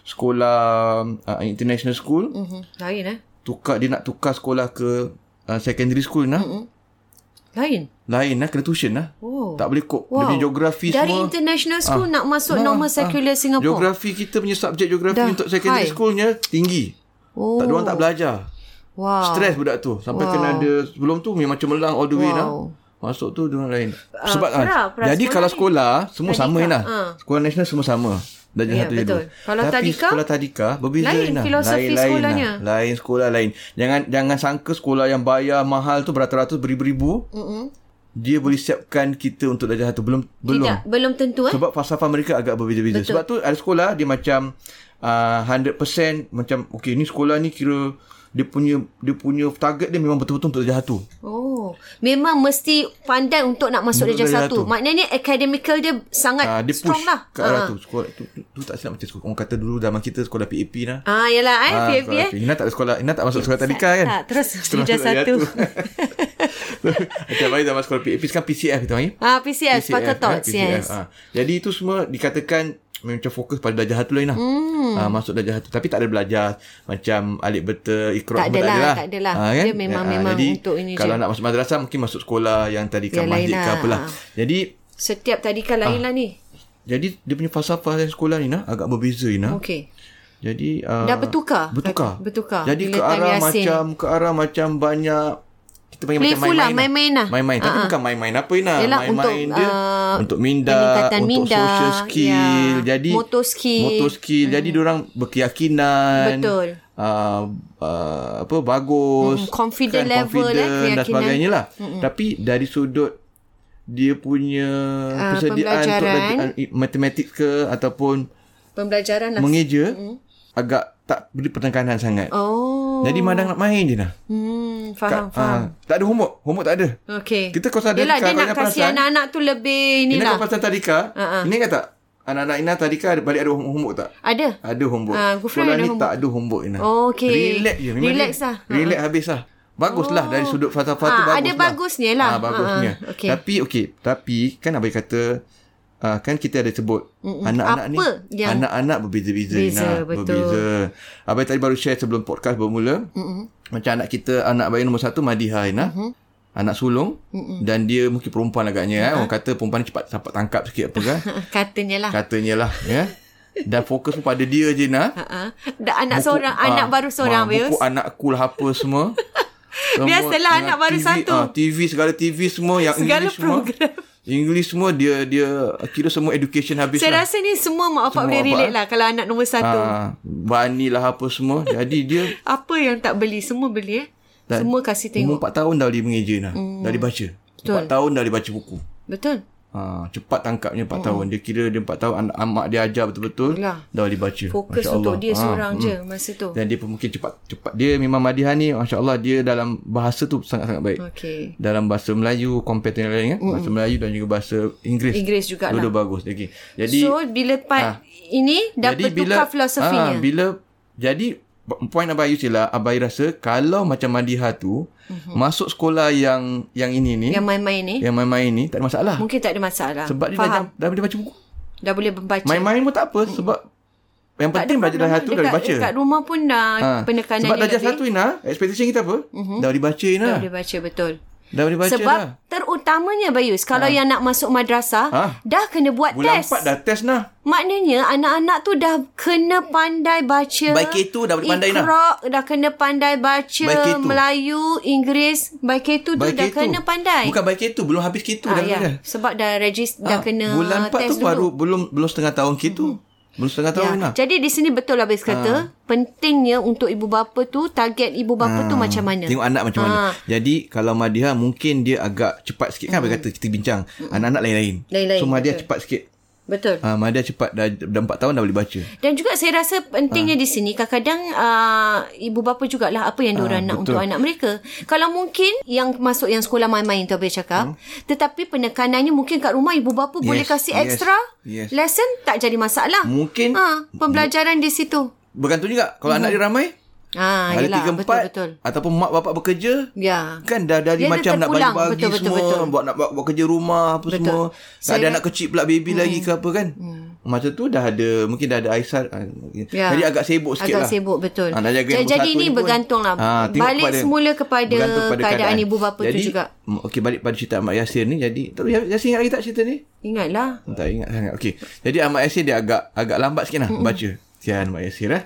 Speaker 2: Sekolah uh, International school mm.
Speaker 1: Mhm. Lain eh.
Speaker 2: Tukar Dia nak tukar sekolah ke uh, Secondary school nah. Mm.
Speaker 1: Lain.
Speaker 2: Lain lah Kena tuition lah
Speaker 1: Oh.
Speaker 2: Tak boleh kok wow. Dia punya geografi
Speaker 1: Dari
Speaker 2: semua
Speaker 1: international school nak masuk
Speaker 2: Ah,
Speaker 1: normal
Speaker 2: ah.
Speaker 1: secular Singapore.
Speaker 2: Geografi kita punya Subjek geografi
Speaker 1: Dah
Speaker 2: Untuk secondary
Speaker 1: high.
Speaker 2: schoolnya Tinggi
Speaker 1: Oh.
Speaker 2: Tak ada orang tak belajar
Speaker 1: Wow.
Speaker 2: Stres budak tu. Sampai wow. kena ada sebelum tu memang cemerlang all the way wow. dah. Masuk tu dengan lain. Uh, Sebab
Speaker 1: Farah,
Speaker 2: ah,
Speaker 1: Farah,
Speaker 2: jadi
Speaker 1: sekolah
Speaker 2: kalau
Speaker 1: ni
Speaker 2: sekolah semua
Speaker 1: tadika,
Speaker 2: sama Ina.
Speaker 1: ah.
Speaker 2: Sekolah nasional semua sama.
Speaker 1: Ya,
Speaker 2: Darjah yeah, satu darjah
Speaker 1: betul.
Speaker 2: dua.
Speaker 1: Kalau
Speaker 2: Tapi
Speaker 1: tadika,
Speaker 2: sekolah tadika berbeza
Speaker 1: lain
Speaker 2: Ina.
Speaker 1: filosofi
Speaker 2: lain,
Speaker 1: sekolahnya.
Speaker 2: Lain, Ina. lain sekolah lain. Jangan jangan sangka sekolah yang bayar mahal tu beratus-ratus beribu-ribu
Speaker 1: Mm-mm.
Speaker 2: dia boleh siapkan kita untuk darjah satu belum belum.
Speaker 1: Tidak, belum tentu eh.
Speaker 2: Sebab falsafah mereka agak berbeza-beza. Sebab tu ada sekolah dia macam uh, 100% macam okey ni sekolah ni kira dia punya dia punya target dia memang betul-betul untuk darjah satu.
Speaker 1: Oh, memang mesti pandai untuk nak masuk
Speaker 2: Untuk
Speaker 1: darjah
Speaker 2: darjah
Speaker 1: satu.
Speaker 2: satu.
Speaker 1: Maknanya academical dia sangat
Speaker 2: Ah, dia push
Speaker 1: strong lah.
Speaker 2: ke arah tu. Sekolah tu, tu, tu tak silap macam sekolah. Orang kata dulu zaman kita sekolah PAP lah.
Speaker 1: Ah, yalah eh,
Speaker 2: Ah,
Speaker 1: PAP eh.
Speaker 2: sekolah PAP. Ina tak ada sekolah, Ina tak masuk sekolah tadika kan?
Speaker 1: tak, terus darjah satu.
Speaker 2: [laughs] Macam baik zaman sekolah PAP, sekarang PCF kita panggil.
Speaker 1: Ah, PCF,
Speaker 2: PCF,
Speaker 1: Sparkle Thoughts,
Speaker 2: PCF,
Speaker 1: yes.
Speaker 2: ah. Jadi itu semua dikatakan macam fokus pada darjah satu lain lah. Hmm. Ah, masuk darjah satu. Tapi tak ada belajar macam alik beta, ikhraq
Speaker 1: Tak
Speaker 2: pun
Speaker 1: ada lah,
Speaker 2: adalah.
Speaker 1: tak ada lah.
Speaker 2: Ah, kan?
Speaker 1: Dia memang-
Speaker 2: Ah,
Speaker 1: memang
Speaker 2: jadi,
Speaker 1: untuk ini je.
Speaker 2: Kalau nak masuk madrasah, mungkin masuk sekolah yang tadi kan
Speaker 1: Yang
Speaker 2: masjid
Speaker 1: lain
Speaker 2: ke
Speaker 1: lah.
Speaker 2: apalah. Jadi,
Speaker 1: Setiap tadika lain
Speaker 2: Ah.
Speaker 1: lah ni.
Speaker 2: jadi dia punya falsafah dalam sekolah ni nak agak berbeza Ina.
Speaker 1: Okey.
Speaker 2: Jadi uh,
Speaker 1: Dah bertukar?
Speaker 2: Bertukar.
Speaker 1: Dah bertukar.
Speaker 2: Jadi
Speaker 1: Bila
Speaker 2: ke
Speaker 1: time
Speaker 2: arah
Speaker 1: Yasin.
Speaker 2: macam ke arah macam banyak kita panggil
Speaker 1: Playful
Speaker 2: macam
Speaker 1: lah,
Speaker 2: main-main.
Speaker 1: main-main lah.
Speaker 2: Main-main. Tapi bukan main-main apa Ina.
Speaker 1: Yelah,
Speaker 2: main-main
Speaker 1: untuk,
Speaker 2: dia
Speaker 1: ah,
Speaker 2: untuk minda,
Speaker 1: peningkatan
Speaker 2: untuk
Speaker 1: minda,
Speaker 2: social skill.
Speaker 1: ya.
Speaker 2: Jadi
Speaker 1: Motor skill. Hmm.
Speaker 2: Motor skill. Jadi orang berkeyakinan.
Speaker 1: Betul.
Speaker 2: Uh, uh, apa bagus. kan,
Speaker 1: Mm, confident level, eh,
Speaker 2: confident dan
Speaker 1: keyakinan. Hmm.
Speaker 2: sebagainya lah. Tapi dari sudut dia punya persediaan untuk
Speaker 1: Ah, pembelajaran.
Speaker 2: belajar- matematik ke ataupun
Speaker 1: Pembelajaran lah.
Speaker 2: mengeja agak tak beri penekanan sangat.
Speaker 1: oh.
Speaker 2: Jadi madang nak main je dah.
Speaker 1: Hmm,
Speaker 2: Kat-
Speaker 1: faham, faham.
Speaker 2: ah, tak ada homework. Homework tak ada.
Speaker 1: Okey.
Speaker 2: Kita kau sadar
Speaker 1: Yelah, dia
Speaker 2: dekat
Speaker 1: nak
Speaker 2: banyak
Speaker 1: kasih
Speaker 2: perasaan.
Speaker 1: anak-anak tu lebih ni
Speaker 2: Ini
Speaker 1: lah.
Speaker 2: kau pasal tadika.
Speaker 1: Ah, ah.
Speaker 2: Ini kata tak? Anak-anak Ina tadika ada balik ada home- homework tak?
Speaker 1: Ada?
Speaker 2: Ada homework.
Speaker 1: Ah, Gufran
Speaker 2: Sekolah
Speaker 1: ada
Speaker 2: ni
Speaker 1: homework.
Speaker 2: tak ada homework Ina.
Speaker 1: Oh, okey.
Speaker 2: Relax je. Memang
Speaker 1: Relax
Speaker 2: dia-
Speaker 1: lah. Ah,
Speaker 2: Relax habis lah. Baguslah
Speaker 1: Oh.
Speaker 2: dari sudut falsafah tu
Speaker 1: Ah,
Speaker 2: bagus
Speaker 1: ada bagusnya lah.
Speaker 2: Ah, bagusnya.
Speaker 1: Ah, ah. Okey.
Speaker 2: Tapi okey, tapi kan abai kata ah, kan kita ada sebut
Speaker 1: Mm-mm.
Speaker 2: anak-anak ni
Speaker 1: Apa yang-
Speaker 2: anak-anak berbeza-beza
Speaker 1: Beza,
Speaker 2: Ina,
Speaker 1: betul.
Speaker 2: berbeza. Abai tadi baru share sebelum podcast bermula.
Speaker 1: Mm-mm.
Speaker 2: Macam anak kita Anak bayi nombor satu Madiha Ina mm-hmm. Anak sulung mm-hmm. Dan dia mungkin perempuan agaknya
Speaker 1: Ah.
Speaker 2: eh. Orang kata perempuan ni cepat dapat tangkap sikit apa kan
Speaker 1: Katanya lah.
Speaker 2: Katanya lah ya. Dan fokus pun pada dia je Ina
Speaker 1: Ha-ha. Ha, Dah anak seorang, anak
Speaker 2: ah,
Speaker 1: baru seorang,
Speaker 2: ah,
Speaker 1: Bius.
Speaker 2: Buku anak cool apa semua Semua
Speaker 1: [laughs] Biasalah,
Speaker 2: dengan
Speaker 1: anak baru
Speaker 2: TV,
Speaker 1: satu.
Speaker 2: ah, TV segala TV semua yang
Speaker 1: Segala
Speaker 2: English semua
Speaker 1: program.
Speaker 2: English semua dia dia kira semua education habis
Speaker 1: Saya
Speaker 2: lah.
Speaker 1: rasa ni semua mak bapak
Speaker 2: Semua
Speaker 1: boleh
Speaker 2: mak
Speaker 1: relate
Speaker 2: bapak.
Speaker 1: lah kalau anak nombor satu.
Speaker 2: Ah, Bani lah apa semua Jadi dia
Speaker 1: Apa yang tak beli, semua beli eh.
Speaker 2: Dan
Speaker 1: semua kasih
Speaker 2: Umur
Speaker 1: tengok.
Speaker 2: 4 tahun dah boleh mengeja Ina hmm. Dah boleh baca 4 tahun dah boleh baca buku
Speaker 1: Betul?
Speaker 2: Ha, cepat tangkapnya 4 tahun. Dia kira dia 4 tahun anak amak dia ajar betul-betul
Speaker 1: Hmm. Yalah.
Speaker 2: dah dibaca.
Speaker 1: Fokus
Speaker 2: Masya
Speaker 1: untuk
Speaker 2: Allah.
Speaker 1: dia
Speaker 2: Ah,
Speaker 1: seorang
Speaker 2: mm.
Speaker 1: je masa tu.
Speaker 2: Dan dia pun mungkin cepat cepat dia memang Madiha ni masya-Allah dia dalam bahasa tu sangat-sangat baik.
Speaker 1: Okey.
Speaker 2: Dalam bahasa Melayu compare dengan lain kan? Bahasa Melayu dan juga bahasa Inggeris.
Speaker 1: Inggeris jugalah.
Speaker 2: Dua-dua bagus. Okey. Jadi Ah.
Speaker 1: so, bila part ini dah
Speaker 2: jadi
Speaker 1: bertukar filosofinya.
Speaker 2: ah, bila jadi point abai Yus ialah abai rasa kalau macam Madiha tu masuk sekolah yang yang ini ni
Speaker 1: Mhm. yang main-main ni,
Speaker 2: yang main-main ni tak ada masalah.
Speaker 1: mungkin tak ada masalah.
Speaker 2: sebab dia dah,
Speaker 1: Faham.
Speaker 2: jam- dah boleh baca buku.
Speaker 1: Dah boleh membaca.
Speaker 2: Main-main pun tak apa sebab yang penting belajar darjah satu dah
Speaker 1: dekat,
Speaker 2: dibaca.
Speaker 1: Dekat rumah pun dah
Speaker 2: Ha.
Speaker 1: penekanan
Speaker 2: Sebab
Speaker 1: dia
Speaker 2: darjah
Speaker 1: lebih. Mhm.
Speaker 2: satu Ina, expectation kita apa? Uh-huh. Dah dibaca Ina.
Speaker 1: Dah boleh baca, betul.
Speaker 2: Dah dibaca
Speaker 1: Sebab
Speaker 2: dah.
Speaker 1: terutamanya Bayus, kalau yang nak masuk madrasah,
Speaker 2: Ha.
Speaker 1: dah kena buat
Speaker 2: Bulan
Speaker 1: test.
Speaker 2: 4 dah test nah.
Speaker 1: Maknanya anak-anak tu dah kena pandai baca.
Speaker 2: Baik K2 dah boleh pandai dah.
Speaker 1: Ikhra, dah kena pandai baca.
Speaker 2: Baik K2.
Speaker 1: Melayu, Inggeris. Baik K2 tu
Speaker 2: Baik
Speaker 1: dah
Speaker 2: K2.
Speaker 1: kena pandai.
Speaker 2: Bukan baik K2, belum habis K2
Speaker 1: Ah,
Speaker 2: dah.
Speaker 1: ya.
Speaker 2: dah.
Speaker 1: Sebab dah regis, dah
Speaker 2: Ah,
Speaker 1: kena
Speaker 2: Bulan 4
Speaker 1: test
Speaker 2: tu
Speaker 1: dulu. Hmm.
Speaker 2: baru belum belum setengah tahun K2. Belum setengah tahun
Speaker 1: Ya.
Speaker 2: Ina.
Speaker 1: Jadi di sini betul lah Abis
Speaker 2: Ha.
Speaker 1: kata pentingnya untuk ibu bapa tu target ibu bapa tu macam mana.
Speaker 2: Ah. Tengok anak macam mana.
Speaker 1: Ah.
Speaker 2: Jadi kalau Madiha mungkin dia agak cepat sikit kan mm. kata kita bincang. Anak-anak lain-lain.
Speaker 1: Hmm. Lain-lain,
Speaker 2: so Madiha
Speaker 1: betul.
Speaker 2: cepat sikit.
Speaker 1: Betul.
Speaker 2: Ah Madiha cepat dah, dah 4 tahun dah boleh baca.
Speaker 1: Dan juga saya rasa pentingnya
Speaker 2: Ah.
Speaker 1: di sini kadang-kadang uh, ibu bapa jugalah apa yang diorang nak
Speaker 2: betul.
Speaker 1: untuk anak mereka. Kalau mungkin yang masuk yang sekolah main-main tu boleh cakap, tetapi penekanannya mungkin kat rumah ibu bapa boleh
Speaker 2: Hmm. Yes,
Speaker 1: kasih
Speaker 2: yes,
Speaker 1: extra
Speaker 2: yes.
Speaker 1: lesson tak jadi masalah.
Speaker 2: Mungkin-
Speaker 1: ha, pembelajaran di situ.
Speaker 2: Bergantung juga kalau anak dia ramai
Speaker 1: Hmm. Ah,
Speaker 2: Ada
Speaker 1: yelah,
Speaker 2: tiga empat
Speaker 1: betul-betul.
Speaker 2: Ataupun mak bapak bekerja
Speaker 1: Ya.
Speaker 2: Kan dah
Speaker 1: Dia
Speaker 2: dari
Speaker 1: dah
Speaker 2: macam nak
Speaker 1: terpulang,
Speaker 2: bagi-bagi
Speaker 1: betul, betul,
Speaker 2: semua
Speaker 1: betul.
Speaker 2: Buat nak buat, buat kerja rumah apa betul. semua
Speaker 1: Saya
Speaker 2: Ada
Speaker 1: dah-
Speaker 2: anak kecil pula baby hmm. lagi ke apa kan hmm. Macam tu dah ada Mungkin dah ada Aisyah
Speaker 1: Ya.
Speaker 2: ya. Jadi agak sibuk sikit
Speaker 1: Agak
Speaker 2: lah
Speaker 1: sibuk, betul.
Speaker 2: ha, nak jaga
Speaker 1: Jadi-
Speaker 2: nombor
Speaker 1: jadi
Speaker 2: satu
Speaker 1: ini
Speaker 2: ni pun. Ah,
Speaker 1: bergantung lah.
Speaker 2: tengok
Speaker 1: Balik semula kepada
Speaker 2: bergantung
Speaker 1: keadaan ibu bapa tu
Speaker 2: jadi,
Speaker 1: juga.
Speaker 2: mm, Okey balik pada cerita Ahmad Yasir ni Jadi Terus Yasir ingat lagi tak cerita ni?
Speaker 1: Ingatlah. Hmm.
Speaker 2: Tak ingat sangat. Okey. Jadi Ahmad Yasir dia agak agak lambat sikit lah baca. Sian Ahmad Yasir lah.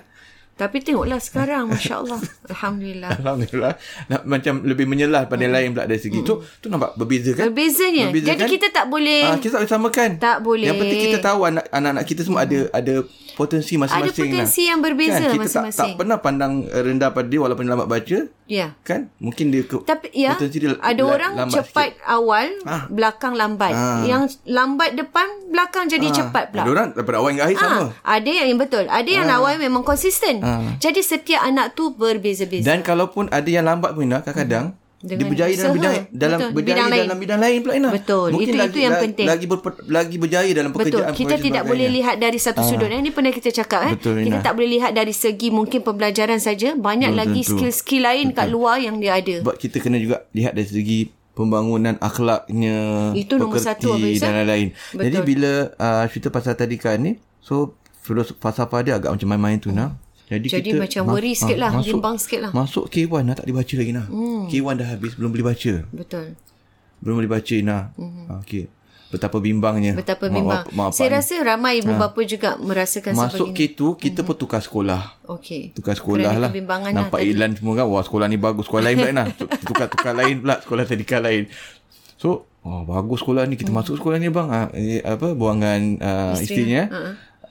Speaker 1: Tapi tengoklah
Speaker 2: [laughs]
Speaker 1: sekarang, Masya Allah. Alhamdulillah.
Speaker 2: Alhamdulillah. Nak, macam lebih menyelah pada yang lain pula dari segi tu. Tu nampak berbeza kan?
Speaker 1: Berbezanya.
Speaker 2: Berbeza
Speaker 1: Jadi
Speaker 2: kan?
Speaker 1: kita tak boleh
Speaker 2: Ah, kita tak boleh samakan.
Speaker 1: Tak boleh.
Speaker 2: Yang penting kita tahu anak- anak-anak kita semua ada ada potensi
Speaker 1: ada
Speaker 2: masing-masing. lah.
Speaker 1: potensi yang berbeza
Speaker 2: kan? Kita tak, tak
Speaker 1: masing-masing.
Speaker 2: pernah pandang eh, rendah pada dia walaupun dia lambat baca.
Speaker 1: Ya.
Speaker 2: Kan? Mungkin dia ke,
Speaker 1: Tapi ya,
Speaker 2: potensi dia la-
Speaker 1: ada
Speaker 2: la-
Speaker 1: orang
Speaker 2: lambat
Speaker 1: cepat awal,
Speaker 2: Ah.
Speaker 1: belakang lambat.
Speaker 2: Ah.
Speaker 1: Yang lambat depan, belakang jadi
Speaker 2: sikit.
Speaker 1: cepat
Speaker 2: Ada
Speaker 1: pula.
Speaker 2: orang daripada awal hingga akhir sama.
Speaker 1: Ah, ada yang, yang betul. Ada yang
Speaker 2: Ah.
Speaker 1: awal memang konsisten. Jadi setiap anak tu berbeza-beza.
Speaker 2: Dan kalaupun ada yang lambat pun Ina, kadang-kadang
Speaker 1: Hmm.
Speaker 2: dia
Speaker 1: Dengan
Speaker 2: berjaya dalam
Speaker 1: usaha.
Speaker 2: bidang dalam
Speaker 1: Betul,
Speaker 2: berjaya
Speaker 1: bidang lain.
Speaker 2: dalam bidang lain pula Ina.
Speaker 1: Betul,
Speaker 2: Mungkin
Speaker 1: itu-
Speaker 2: lagi,
Speaker 1: itu yang
Speaker 2: la-
Speaker 1: penting.
Speaker 2: Lagi, berpe, lagi berjaya dalam
Speaker 1: Betul.
Speaker 2: pekerjaan
Speaker 1: Kita tidak boleh lihat dari satu sudut. Eh. Ini pernah kita cakap. Eh.
Speaker 2: Ah. Betul,
Speaker 1: kita
Speaker 2: Ina.
Speaker 1: tak boleh lihat dari segi mungkin pembelajaran saja. Banyak
Speaker 2: Betul,
Speaker 1: lagi
Speaker 2: betul.
Speaker 1: skill-skill lain kat luar yang dia ada.
Speaker 2: sebab kita kena juga lihat dari segi pembangunan akhlaknya
Speaker 1: Itu nombor
Speaker 2: pekerti
Speaker 1: satu, Abang Izzat.
Speaker 2: dan lain-lain.
Speaker 1: Betul.
Speaker 2: Jadi bila uh, cerita pasal tadikan ni so filosof falsafah dia agak macam main-main tu nah. Jadi,
Speaker 1: Jadi
Speaker 2: kita
Speaker 1: macam
Speaker 2: ma-
Speaker 1: worry sikit
Speaker 2: ah,
Speaker 1: lah,
Speaker 2: masuk-
Speaker 1: bimbang sikit lah.
Speaker 2: Masuk K1 dah tak dibaca lagi nah. Hmm. K1 dah habis belum boleh baca.
Speaker 1: Betul.
Speaker 2: Belum boleh baca Ina. Mm-hmm. Okey. Betapa bimbangnya.
Speaker 1: Mhm. Betapa
Speaker 2: mak-
Speaker 1: bimbang.
Speaker 2: mak- mak bapak ni.
Speaker 1: Saya rasa ramai ibu bapa juga merasakan
Speaker 2: Ah. Masuk
Speaker 1: sebegini.
Speaker 2: K2 kita
Speaker 1: Mhm.
Speaker 2: pun tukar sekolah.
Speaker 1: Okey.
Speaker 2: Tukar sekolah
Speaker 1: Kerana
Speaker 2: lah.
Speaker 1: kebimbangan lah
Speaker 2: Nampak
Speaker 1: tadi.
Speaker 2: iklan semua kan. Wah sekolah ni bagus. Sekolah lain
Speaker 1: [laughs]
Speaker 2: lah." pula nah. Tukar-tukar lain pula. Sekolah tadika lain. So Oh, bagus sekolah ni. Kita hmm. masuk sekolah ni bang. Ah, eh, apa buangan uh, istrinya.
Speaker 1: Ha,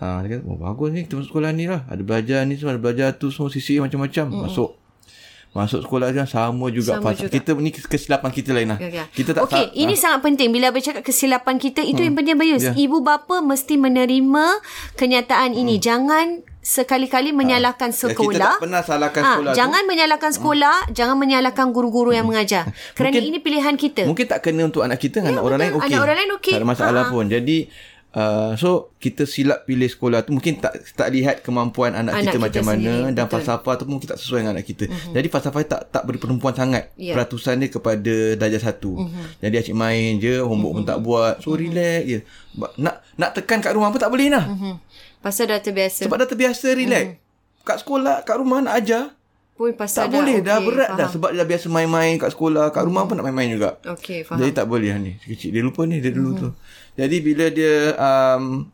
Speaker 2: Uh-huh. Ah, dia kata, oh, bagus ni kita masuk sekolah ni lah. Ada belajar ni semua, ada belajar tu semua sisi macam-macam. Hmm. Masuk Masuk sekolah kan sama juga. Sama juga. Kita ni kesilapan kita lain lah.
Speaker 1: Ya, ya.
Speaker 2: Kita tak
Speaker 1: Okey,
Speaker 2: sa-
Speaker 1: ini sangat penting bila bercakap kesilapan kita itu yang penting Bayus.
Speaker 2: Ya.
Speaker 1: Ibu bapa mesti menerima kenyataan ini. Jangan sekali-kali menyalahkan
Speaker 2: Hmm. Ya,
Speaker 1: sekolah.
Speaker 2: Kita tak pernah salahkan
Speaker 1: Ah,
Speaker 2: sekolah Hmm.
Speaker 1: jangan menyalahkan sekolah, jangan menyalahkan guru-guru yang mengajar. Kerana
Speaker 2: [laughs] Mungkin-
Speaker 1: ini pilihan
Speaker 2: tu.
Speaker 1: kita.
Speaker 2: Mungkin tak kena untuk anak kita dengan anak orang
Speaker 1: Eh.
Speaker 2: lain
Speaker 1: Ya, betul.
Speaker 2: okey.
Speaker 1: Anak orang lain okey. Ha,
Speaker 2: Tak ada masalah
Speaker 1: Ha-ha.
Speaker 2: pun. Jadi uh, so kita silap pilih sekolah tu mungkin tak tak lihat kemampuan anak,
Speaker 1: Anak
Speaker 2: kita,
Speaker 1: kita
Speaker 2: macam mana
Speaker 1: sendiri,
Speaker 2: dan
Speaker 1: betul. Mhm.
Speaker 2: falsafah tu mungkin tak sesuai dengan anak kita. Mm-hmm. Jadi falsafah dia tak tak berperempuan sangat.
Speaker 1: Ya. Mhm.
Speaker 2: Yeah. Peratusan dia kepada darjah satu. Mm-hmm. Jadi asyik main je, homework mm-hmm. pun tak buat. So relax je. Ba- Nak nak tekan kat rumah pun tak boleh lah.
Speaker 1: Mhm.
Speaker 2: Mm-hmm.
Speaker 1: Hmm. Pasal dah terbiasa.
Speaker 2: Sebab dah terbiasa relax.
Speaker 1: Mhm.
Speaker 2: Mm-hmm. Kat sekolah, kat rumah nak ajar
Speaker 1: Pun pasal dah
Speaker 2: tak boleh dah
Speaker 1: okey,
Speaker 2: berat dah
Speaker 1: faham. Mhm.
Speaker 2: sebab dia dah biasa main-main kat sekolah, kat rumah pun nak main-main juga.
Speaker 1: Okey, faham.
Speaker 2: Jadi tak boleh lah ni. Kecil dia lupa ni dia dulu tu. Jadi bila dia um,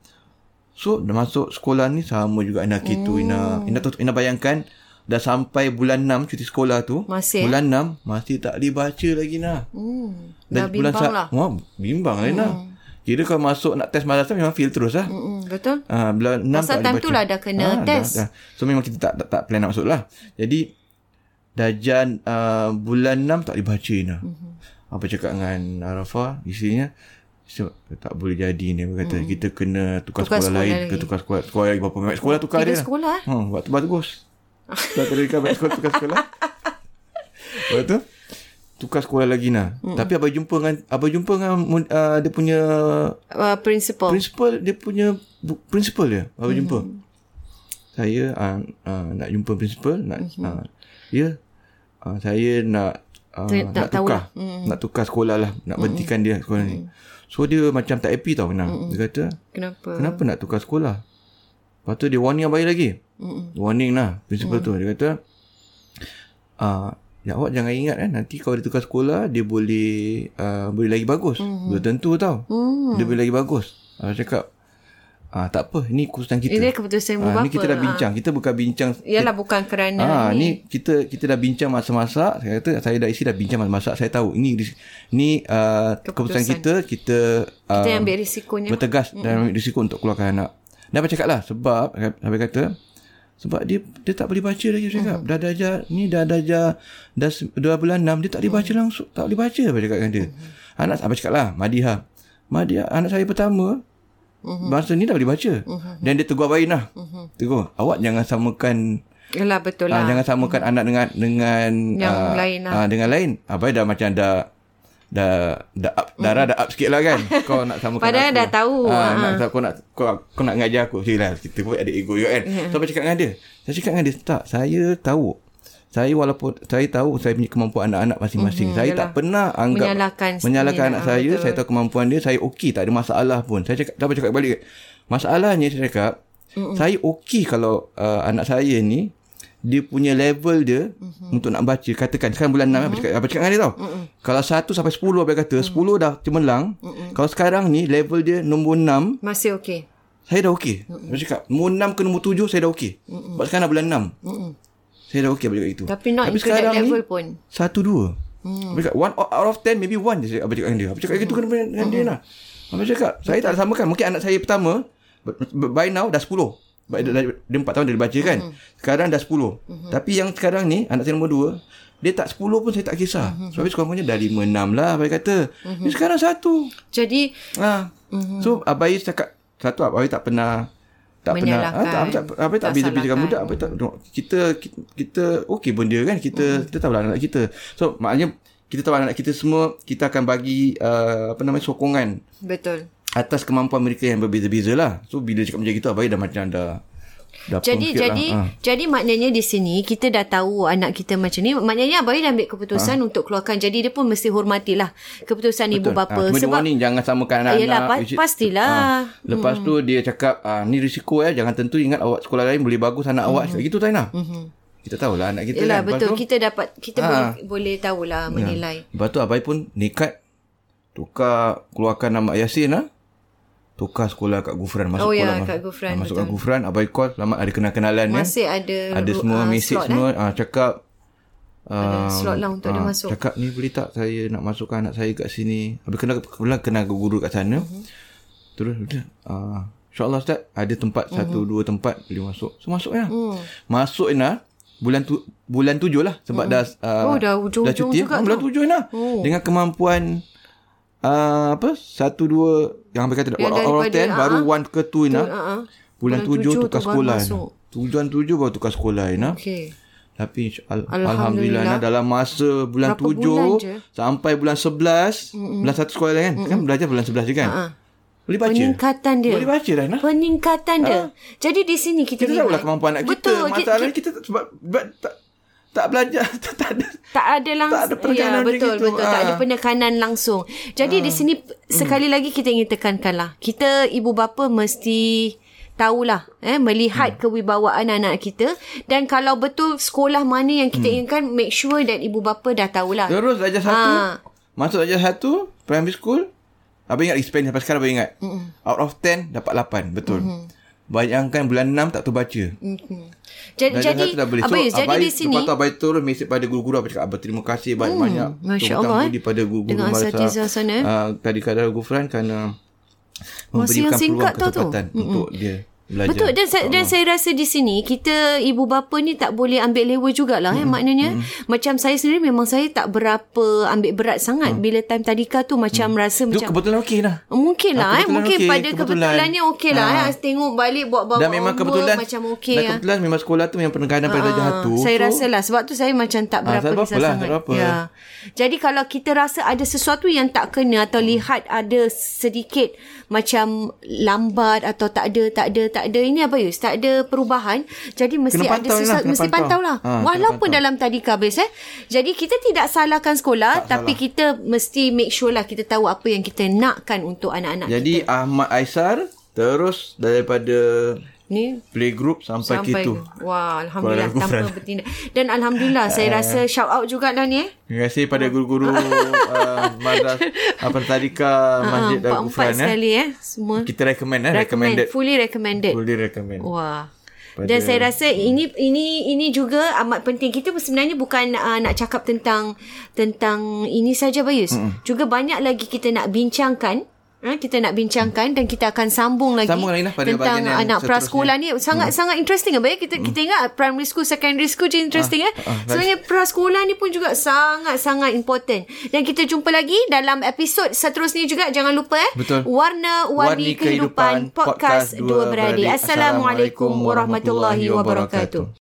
Speaker 2: so dah masuk sekolah ni sama juga
Speaker 1: Oh.
Speaker 2: Ina Kitu hmm. Ina. Ina tu Ina bayangkan dah sampai bulan 6 cuti sekolah tu.
Speaker 1: Masih, eh?
Speaker 2: Bulan 6 masih tak dibaca lagi Ina.
Speaker 1: hmm, dah bimbang
Speaker 2: sa-
Speaker 1: lah. Hmm.
Speaker 2: Wah, bimbang lah Ina. Kira kalau masuk nak test madrasah memang fail terus lah.
Speaker 1: Mm-mm, betul?
Speaker 2: Ah, bulan 6
Speaker 1: Pasal time tu lah dah kena test.
Speaker 2: Ah, Dah, dah. So memang kita tak tak, tak plan nak masuk lah. Jadi Dajan uh, bulan 6 tak dibaca Ina.
Speaker 1: Mhm.
Speaker 2: Mm-hmm. Apa cakap dengan Arafah isinya so, tak boleh jadi ni dia kata mm. kita kena tukar,
Speaker 1: Mhm. Tukar
Speaker 2: tukar sekolah,
Speaker 1: sekolah
Speaker 2: lain,
Speaker 1: lagi.
Speaker 2: ke tukar sekolah sekolah lagi berapa minit sekolah tukar
Speaker 1: Tiga
Speaker 2: dia. Sekolah.
Speaker 1: sekolah.
Speaker 2: Hmm, waktu
Speaker 1: [laughs]
Speaker 2: bagus. Dah terdekat balik sekolah tukar sekolah. Lepas tu tukar sekolah lagi nah.
Speaker 1: Mhm.
Speaker 2: Mm. Tapi abang jumpa dengan abang jumpa dengan uh, dia punya
Speaker 1: Uh, principal.
Speaker 2: Principal dia punya bu- principal dia. Apa mm-hmm. jumpa?
Speaker 1: Hmm.
Speaker 2: Saya uh, uh, nak jumpa principal, nak mm-hmm.
Speaker 1: Hmm.
Speaker 2: uh, ya. Yeah, uh, saya nak uh,
Speaker 1: Saya tak
Speaker 2: nak
Speaker 1: tahu lah. Hmm.
Speaker 2: tukar. Mm-hmm. Nak tukar sekolah lah, nak berhentikan mm-hmm. dia sekolah mm-hmm. ni. So dia macam tak happy tau Nah.
Speaker 1: Hmm.
Speaker 2: Mm-hmm. Dia kata,
Speaker 1: Kenapa?
Speaker 2: "Kenapa nak tukar sekolah?" Lepas tu dia warning abang lagi.
Speaker 1: Mm-mm.
Speaker 2: Warning lah principal
Speaker 1: Hmm.
Speaker 2: mm-hmm. tu. Dia kata, uh, Ya awak jangan ingat eh nanti kalau dia tukar sekolah dia boleh uh, boleh lagi bagus. Mm-hmm. Belum tentu tau.
Speaker 1: Hmm.
Speaker 2: Dia boleh lagi bagus. Ah cakap ah tak apa ni keputusan kita.
Speaker 1: Ini keputusan ibu
Speaker 2: ah,
Speaker 1: bapa. lah.
Speaker 2: ni kita dah bincang. Kita bukan bincang
Speaker 1: Yalah bukan kerana
Speaker 2: Ah
Speaker 1: ni.
Speaker 2: ni kita kita dah bincang masa-masa. Saya kata saya dah isi dah bincang masa-masa. Saya tahu ini dis- ni uh, keputusan.
Speaker 1: Keputusan.
Speaker 2: kita kita uh,
Speaker 1: Kita yang ambil risikonya.
Speaker 2: bertegas dan ambil risiko untuk keluarkan anak. Dan apa cakap lah sebab sampai kata sebab dia dia tak boleh baca lagi saya cakap. Dah darjah ni dah darjah dah se- dua bulan enam dia tak boleh baca langsung tak boleh baca apa cakap dengan dia. Anak apa cakap lah Madiha. Madiha anak saya pertama Bahasa ni tak boleh baca. Dan dia tegur baik lah. Tegur. Awak jangan samakan
Speaker 1: Yalah betul
Speaker 2: Ah,
Speaker 1: lah.
Speaker 2: jangan samakan anak dengan dengan
Speaker 1: Yang
Speaker 2: ah,
Speaker 1: lain lah.
Speaker 2: ah, dengan lain. Abai dah macam dah dah dah up, darah dah up sikit lah
Speaker 1: [laughs]
Speaker 2: kan. Kau nak samakan
Speaker 1: Hmm. Padahal
Speaker 2: aku.
Speaker 1: dah tahu,
Speaker 2: Ah,
Speaker 1: ah.
Speaker 2: nak, kau nak kau, kau nak ngajar aku. Silalah kita pun ada ego juga kan.
Speaker 1: Hmm,
Speaker 2: So apa cakap dengan dia? Saya cakap dengan dia tak. Saya tahu. Saya walaupun saya tahu saya punya kemampuan anak-anak
Speaker 1: Hmm,
Speaker 2: masing-masing. saya tak pernah ah, anggap
Speaker 1: Menyalahkan
Speaker 2: menyalahkan
Speaker 1: sendiri.
Speaker 2: anak
Speaker 1: Ah,
Speaker 2: saya.
Speaker 1: betul.
Speaker 2: Saya tahu kemampuan dia. Saya okey, tak ada masalah pun. Saya cakap apa cakap balik. Masalahnya saya cakap saya okey kalau uh, anak saya ni dia punya level dia mm-hmm. untuk nak baca katakan sekarang bulan 6 mm-hmm. apa cakap apa cakap dengan dia tau mm-hmm. kalau 1 sampai 10 apa dia kata mm-hmm. 10 dah cemerlang mm-hmm. kalau sekarang ni level dia nombor 6
Speaker 1: Masih okey.
Speaker 2: Saya dah okey. Mm-mm. Saya cakap, nombor 6 ke nombor 7 saya dah okey. Sebab sekarang dah bulan 6. Mm-mm. Saya dah okey abang cakap itu.
Speaker 1: Tapi not into that level pun.
Speaker 2: Satu dua. Hmm. Abang cakap one out out of ten maybe one je saya- abang cakap dengan dia. Abang cakap gitu kena dengan dengan dia lah. Abang cakap saya tak samakan. Mungkin anak saya pertama but- but by now dah 10. By- Dia dia empat tahun dia baca kan. Sekarang dah 10. Tapi yang sekarang ni anak saya nombor dua dia tak 10 pun saya tak kisah. Sebab dia sekurang-kurangnya dah 5 6 lah abang kata. Dia sekarang satu.
Speaker 1: Jadi
Speaker 2: Ha.
Speaker 1: Mhm.
Speaker 2: So abai cakap satu abai tak pernah tak pernah
Speaker 1: Menyalahkan,
Speaker 2: ah, tak tak apa tak
Speaker 1: tak
Speaker 2: beza-beza dengan
Speaker 1: salahkan.
Speaker 2: budak apa tak no, kita ki- kita okey pun dia kan kita
Speaker 1: Mhm.
Speaker 2: mm. kita tahu lah anak kita. So maknanya kita tahu anak kita semua kita akan bagi uh, apa nama sokongan
Speaker 1: betul.
Speaker 2: atas kemampuan mereka yang berbeza-beza lah. So bila cakap macam gitu abai dah macam dah dah
Speaker 1: Jadi
Speaker 2: confused
Speaker 1: jadi
Speaker 2: lah.
Speaker 1: ha. jadi maknanya di sini kita dah tahu anak kita macam ni maknanya abang dah ambil keputusan ha. untuk keluarkan jadi dia pun mesti hormatilah keputusan ibu
Speaker 2: Ah. Betul.
Speaker 1: bapa
Speaker 2: Ah, cuma dia
Speaker 1: sebab
Speaker 2: warning jangan samakan anak-anak.
Speaker 1: Yelah, pa-
Speaker 2: which is-
Speaker 1: pastilah. Hmm.
Speaker 2: Ah, lepas tu dia cakap, ah, ni risiko ya. Jangan tentu ingat awak sekolah lain boleh bagus anak awak. Cakap gitu Taina. Kita tahulah anak kita
Speaker 1: Hmm. Yelah
Speaker 2: kan.
Speaker 1: betul
Speaker 2: Lepas tu, Ya.
Speaker 1: kita dapat kita
Speaker 2: Ha.
Speaker 1: ha. boleh boleh tahulah menilai.
Speaker 2: lepas tu Abai pun nekat tukar keluarkan nama Yasin lah. Tukar sekolah kat Gufran. Masuk
Speaker 1: Oh, ya,
Speaker 2: sekolah, mas-
Speaker 1: kat Gufran,
Speaker 2: ah, Masuk kat Gufran. Abai call. Selamat ada kenal-kenalan kan.
Speaker 1: Masih ada
Speaker 2: Ada semua
Speaker 1: ah,
Speaker 2: mesej
Speaker 1: slot,
Speaker 2: semua. ah, cakap
Speaker 1: Ada slot lah untuk dia
Speaker 2: Ah,
Speaker 1: masuk.
Speaker 2: Cakap ni boleh tak saya nak masukkan anak saya kat sini. Habis kena kena kena ke guru kat
Speaker 1: Mhm.
Speaker 2: sana. Mm-hmm. Terus udah ah insyaallah ustaz ada
Speaker 1: Mhm.
Speaker 2: tempat mm-hmm. satu dua tempat boleh masuk. So masuk lah.
Speaker 1: Hmm.
Speaker 2: Mm. Masuk Ina bulan tu bulan tujuh lah sebab mm-hmm. dah uh,
Speaker 1: Oh, dah hujung-hujung juga
Speaker 2: ah, bulan tujuh Ina. Oh. Dengan kemampuan uh, apa satu dua yang sampai kata
Speaker 1: Yang
Speaker 2: out of
Speaker 1: daripada,
Speaker 2: ten
Speaker 1: ah,
Speaker 2: baru one ke two
Speaker 1: ah,
Speaker 2: Ina.
Speaker 1: ah.
Speaker 2: Bulan,
Speaker 1: Bulan
Speaker 2: tujuh,
Speaker 1: tujuh
Speaker 2: tukar
Speaker 1: tu baru
Speaker 2: sekolah. Ina.
Speaker 1: masuk.
Speaker 2: Tujuan tujuh baru tukar sekolah Ina.
Speaker 1: Okey.
Speaker 2: Tapi insya- al- Alhamdulillah,
Speaker 1: Alhamdulillah.
Speaker 2: Nah, dalam masa bulan
Speaker 1: Berapa bulan je?
Speaker 2: tujuh sampai bulan sebelas, mm bulan satu sekolah kan, kan belajar bulan sebelas je kan.
Speaker 1: Ha.
Speaker 2: Boleh baca?
Speaker 1: Peningkatan dia.
Speaker 2: Boleh baca dah Nah.
Speaker 1: Peningkatan dia. Jadi di sini kita
Speaker 2: Kita tahu lah kemampuan anak kita.
Speaker 1: Betul. ki-
Speaker 2: Masalahnya
Speaker 1: ki-
Speaker 2: kita tak- sebab, sebab tak, tak belajar, [laughs] tak, tak ada.
Speaker 1: tak ada langsung.
Speaker 2: Tak ada
Speaker 1: ya,
Speaker 2: penekanan macam
Speaker 1: betul,
Speaker 2: gitu.
Speaker 1: betul. Tak ada
Speaker 2: Ah. Hmm.
Speaker 1: penekanan langsung. Jadi di sini sekali lagi kita ingin tekankan lah. Kita ibu bapa mesti tahulah eh melihat hmm. kewibawaan anak kita dan kalau betul sekolah mana yang kita
Speaker 2: Hmm.
Speaker 1: inginkan make sure that ibu bapa dah tahulah.
Speaker 2: Terus darjah satu,
Speaker 1: Ah.
Speaker 2: masuk darjah satu, primary school, Abang ingat expand sampai sekarang abang ingat. Mm-hmm. Out of 10 dapat 8, betul. Mm-hmm. Bayangkan bulan 6 tak terbaca.
Speaker 1: Jadi
Speaker 2: Darjah
Speaker 1: jadi
Speaker 2: satu tak boleh. So,
Speaker 1: Abayus, jadi
Speaker 2: Abai-
Speaker 1: di sini
Speaker 2: Lepas tu Abai turun mesej pada guru-guru. Abai cakap, Abai terima kasih
Speaker 1: Masya
Speaker 2: banyak-banyak. Berhutang
Speaker 1: Allah, eh.
Speaker 2: budi pada guru-guru
Speaker 1: Dengan
Speaker 2: madrasah,
Speaker 1: asatizah sana, eh.
Speaker 2: ah, Tadi kadang Gufran kerana
Speaker 1: Masa yang
Speaker 2: memberikan
Speaker 1: singkat
Speaker 2: peluang
Speaker 1: tau tu.
Speaker 2: kesempatan untuk dia belajar.
Speaker 1: Betul dan saya, dan saya rasa di sini kita ibu bapa ni tak boleh ambil lewa jugalah mm.
Speaker 2: Hmm.
Speaker 1: eh maknanya mm. macam saya sendiri memang saya tak berapa ambil berat
Speaker 2: Hmm.
Speaker 1: sangat bila time tadika tu macam rasa
Speaker 2: Itu
Speaker 1: macam
Speaker 2: kebetulan okey lah.
Speaker 1: mungkin
Speaker 2: Ah,
Speaker 1: lah eh
Speaker 2: kebetulan
Speaker 1: mungkin
Speaker 2: okey,
Speaker 1: pada
Speaker 2: kebetulan.
Speaker 1: kebetulannya okey lah
Speaker 2: Ah.
Speaker 1: eh tengok balik buat bawa
Speaker 2: Dan memang kebetulan
Speaker 1: macam okey
Speaker 2: Dan
Speaker 1: lah.
Speaker 2: kebetulan memang sekolah tu Yang penekanan pada darjah
Speaker 1: Ah,
Speaker 2: satu
Speaker 1: Saya
Speaker 2: So,
Speaker 1: rasa lah sebab tu saya macam tak
Speaker 2: Ah,
Speaker 1: berapa
Speaker 2: tak
Speaker 1: kisah
Speaker 2: berapa lah,
Speaker 1: sangat.
Speaker 2: tak berapa.
Speaker 1: Ya. Jadi kalau kita rasa ada sesuatu yang tak kena atau
Speaker 2: Hmm.
Speaker 1: lihat ada sedikit macam lambat atau tak ada tak ada tak ada ini apa Yus? Tak ada perubahan. Jadi mesti
Speaker 2: Kena
Speaker 1: ada
Speaker 2: pantau lah,
Speaker 1: sesuatu
Speaker 2: kena
Speaker 1: mesti pantau
Speaker 2: pantau.
Speaker 1: lah.
Speaker 2: Ah, kena
Speaker 1: Walaupun
Speaker 2: pantau.
Speaker 1: dalam tadika habis eh. Jadi kita tidak salahkan sekolah
Speaker 2: Tak
Speaker 1: tapi
Speaker 2: salah.
Speaker 1: kita mesti make sure lah kita tahu apa yang kita nakkan untuk anak-anak
Speaker 2: Jadi
Speaker 1: kita.
Speaker 2: Ahmad Aisar Terus daripada
Speaker 1: Ni
Speaker 2: Playgroup sampai,
Speaker 1: sampai
Speaker 2: gitu
Speaker 1: ke. Wah, alhamdulillah
Speaker 2: Kuala Lumpur.
Speaker 1: tanpa bertindak. Dan alhamdulillah saya rasa shout out jugalah ni eh.
Speaker 2: Eh. Terima kasih pada
Speaker 1: [laughs]
Speaker 2: guru-guru uh, Madras apa Tadika
Speaker 1: Ah,
Speaker 2: Masjid
Speaker 1: empat-empat
Speaker 2: Darul Gufran eh.
Speaker 1: sekali eh semua
Speaker 2: Kita recommend eh
Speaker 1: recommend
Speaker 2: recommended.
Speaker 1: fully recommended
Speaker 2: Fully recommend.
Speaker 1: wah
Speaker 2: kan? Pada-
Speaker 1: dan saya rasa ini ini ini juga amat penting. Kita pun sebenarnya bukan uh, nak cakap tentang tentang ini saja Bayus. Mm-hmm. Juga banyak lagi kita nak bincangkan. Ha, kita nak bincangkan dan kita akan sambung lagi
Speaker 2: Sambung lagi lah pada
Speaker 1: tentang
Speaker 2: bahagian yang
Speaker 1: anak
Speaker 2: seterusnya.
Speaker 1: prasekolah ni sangat sangat interesting abang ya kita kita ingat primary school secondary school je interesting eh
Speaker 2: ah, nice.
Speaker 1: sebenarnya prasekolah ni pun juga sangat sangat important dan kita jumpa lagi dalam episod seterusnya juga jangan lupa eh
Speaker 2: Betul.
Speaker 1: warna
Speaker 2: Warni
Speaker 1: Warni Kehidupan Podcast Dua Beradik. Assalamualaikum warahmatullahi wabarakatuh.